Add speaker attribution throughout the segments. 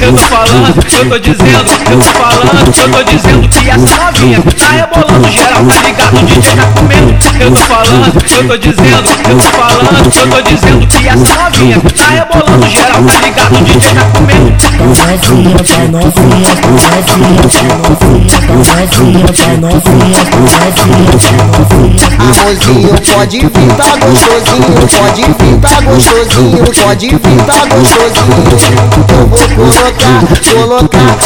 Speaker 1: Eu tô falando, eu tô dizendo, eu tô falando, eu tô dizendo que essa novinha tá rebolando geral, tá ligado? De tá comendo. Eu tô falando, eu tô dizendo, eu tô falando, eu tô dizendo que essa novinha tá rebolando geral, tá ligado? De tá comendo.
Speaker 2: Arrozinho pode vir, tá gostosinho, pode vir, tá gostosinho, pode vir, tá gostosinho. Eu vou colocar, colocar,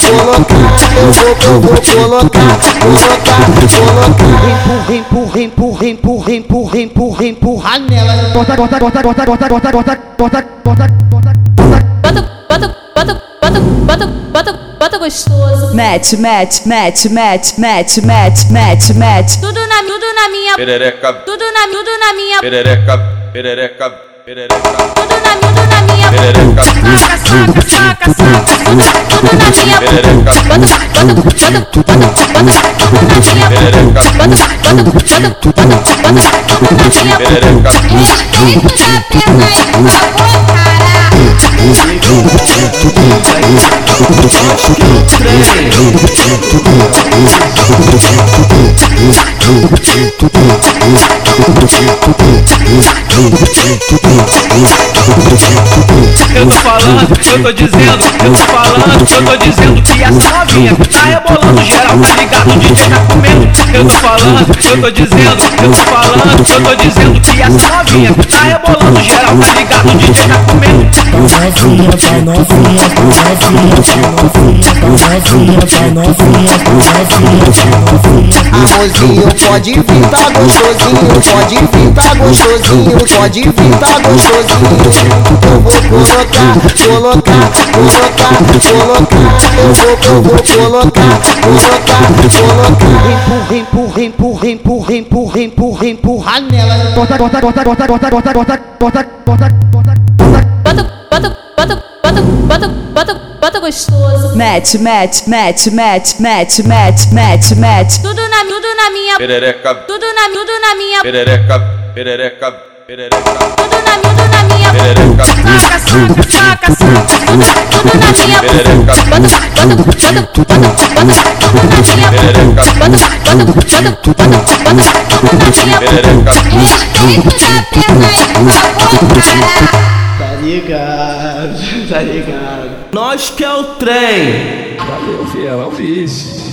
Speaker 2: colocar, colocar, eu vou, eu vou colocar, colocar, colocar. Empurra, empurra, empurra, empurra, empurra, empurra, empurra nela. Corta, corta, corta, corta, corta, corta, corta, corta, corta, corta.
Speaker 3: Bota, bota, bota, bota, bota, bota, bota gostoso.
Speaker 4: Match, match, match, match, match, match, match, match.
Speaker 3: Tudo na, tudo na minha,
Speaker 5: perereca,
Speaker 3: tudo na, tudo na minha,
Speaker 5: perereca, perereca, perereca,
Speaker 3: tudo na, tudo na minha.
Speaker 5: perereca,
Speaker 3: Saca, saca, saca, saca, tudo, tudo na minha.
Speaker 5: perereca,
Speaker 3: Bota, bota, bota, bota, bota, tudo na minha.
Speaker 5: perereca,
Speaker 3: Bota, bota, bota, bota, bota, tudo na minha.
Speaker 5: perereca,
Speaker 3: Respeita a perna aí, por favor, cara.
Speaker 1: Eu tô falando, eu tô dizendo, eu tô falando, eu tô dizendo que essa novinha tá rebolando geral, tá ligado? De tá comendo. Eu tô falando, eu tô dizendo, eu tô falando, eu tô dizendo que essa novinha tá rebolando geral, tá ligado? De tá comendo.
Speaker 2: Arrozinho pode vir, tá gostosinho, pode vir, tá gostosinho, pode vir, tá gostosinho. Eu vou colocar, colocar, colocar, colocar, eu vou, eu vou colocar, colocar, colocar. Empurra, empurra, empurra, empurra, empurra, empurra nela. Corta, corta, corta, corta, corta, corta, corta, corta, corta, corta, corta.
Speaker 3: Bota, bota, bota, bota, bota, bota, bota gostoso.
Speaker 4: Match, match, match, match, match, match, match, match.
Speaker 3: Tudo na, tudo na minha,
Speaker 5: perereca,
Speaker 3: tudo na, tudo na minha,
Speaker 5: perereca, perereca, perereca,
Speaker 3: tudo na, tudo na minha.
Speaker 5: perereca,
Speaker 3: Saca, saca, saca, saca, tudo, tudo na minha.
Speaker 5: perereca,
Speaker 3: Bota, bota, bota, bota, bota, tudo na minha.
Speaker 5: perereca,
Speaker 3: Bota, bota, bota, bota, bota, tudo na minha.
Speaker 5: perereca.
Speaker 3: Respeita a perna aí, por favor, cara.
Speaker 6: Tá ligado, tá ligado. Nós que é o trem.
Speaker 7: Valeu, fiel, é o vice.